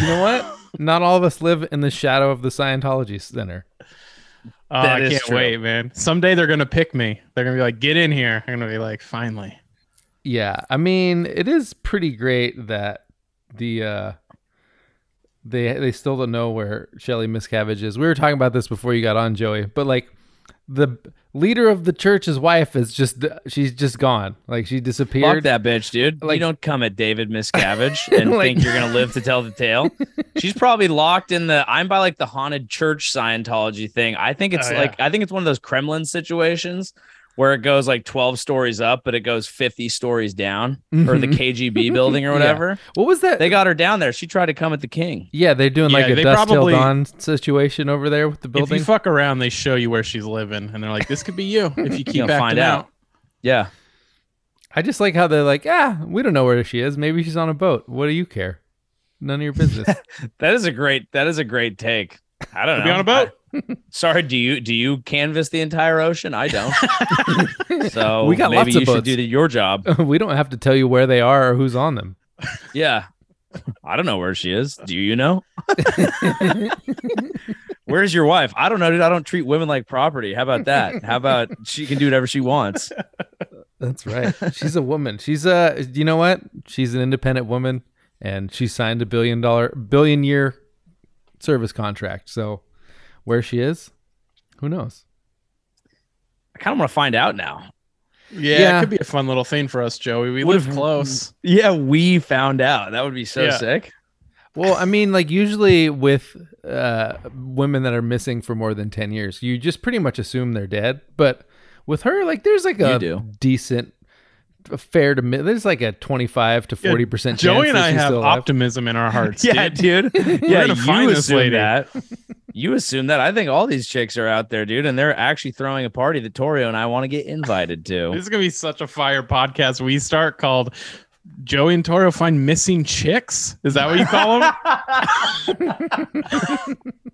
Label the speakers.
Speaker 1: You know what? Not all of us live in the shadow of the Scientology Center.
Speaker 2: Oh,
Speaker 3: That
Speaker 2: I
Speaker 3: is
Speaker 2: can't
Speaker 3: true.
Speaker 2: wait, man. Someday they're gonna pick me. They're gonna be like, "Get in here." I'm gonna be like, "Finally."
Speaker 1: Yeah, I mean, it is pretty great that the uh they they still don't know where Shelly Miscavige is. We were talking about this before you got on, Joey, but like the leader of the church's wife is just she's just gone. Like she
Speaker 3: Fuck
Speaker 1: disappeared.
Speaker 3: that bitch, dude.
Speaker 1: Like-
Speaker 3: you don't come at David Miscavige and
Speaker 1: Like-
Speaker 3: think you're gonna live to tell the tale. She's probably locked in the I'm by like the haunted church Scientology thing. I think it's
Speaker 2: Oh, yeah.
Speaker 3: like I think it's one of those Kremlin situations where it goes like 12 stories up, but it goes 50 stories down, or the
Speaker 1: Mhm.
Speaker 3: KGB building or
Speaker 1: Yeah.
Speaker 3: whatever.
Speaker 1: What was that?
Speaker 3: They got her down there. She tried to come at the king.
Speaker 1: yeah, they're doing like
Speaker 2: Yeah,
Speaker 1: a
Speaker 2: they
Speaker 1: Dust Till
Speaker 2: probably-
Speaker 1: Dawn situation over there with the
Speaker 2: If
Speaker 1: building.
Speaker 2: you fuck around, they show you where she's living, and they're like, "This could be you if you keep
Speaker 3: You'll
Speaker 2: acting
Speaker 3: find out.
Speaker 2: out.
Speaker 3: Yeah.
Speaker 1: I just like how they're like, ah, we don't know where she is. Maybe she's on a boat. What do you care? None of your business.
Speaker 3: That is a great that is a great take. I don't know.
Speaker 2: Be on a boat.
Speaker 3: Sorry, do you do you canvas the entire ocean? I don't. so
Speaker 1: We got
Speaker 3: maybe
Speaker 1: lots
Speaker 3: you
Speaker 1: of
Speaker 3: should
Speaker 1: boats.
Speaker 3: do the, your job.
Speaker 1: we don't have to tell you where they are or who's on them.
Speaker 3: Yeah. I don't know where she is. Do you know? Where's your wife? I don't know, dude. I don't treat women like property. How about that? How about she can do whatever she wants?
Speaker 1: That's right. She's a woman. She's a you know what? She's an independent woman and she signed a billion dollar billion year service contract. So where she is, who knows?
Speaker 3: I kind of want to find out now.
Speaker 2: Yeah,
Speaker 1: Yeah.
Speaker 2: it could be a fun little thing for us, Joey. We
Speaker 3: What
Speaker 2: live
Speaker 3: if-
Speaker 2: close.
Speaker 3: Yeah, we found out. That would be so
Speaker 2: Yeah.
Speaker 3: sick.
Speaker 1: Well, I mean, like usually with uh, women that are missing for more than ten years, you just pretty much assume they're dead. But with her, like there's like
Speaker 3: You
Speaker 1: a
Speaker 3: do.
Speaker 1: decent, fair to mi- there's like a twenty five to
Speaker 2: Yeah,
Speaker 1: forty percent.
Speaker 2: Joey and I
Speaker 1: she's
Speaker 2: have
Speaker 1: still alive.
Speaker 2: optimism in our hearts.
Speaker 3: Yeah,
Speaker 2: dude.
Speaker 3: dude. yeah,
Speaker 2: gonna
Speaker 3: you
Speaker 2: find this
Speaker 3: assume
Speaker 2: lady.
Speaker 3: that. You assume that. I think all these chicks are out there, dude, and they're actually throwing a party that Torio and I want to get invited
Speaker 2: This
Speaker 3: to.
Speaker 2: is gonna be such a fire podcast. We start called Joey and Toro find missing chicks. Is that what you call them?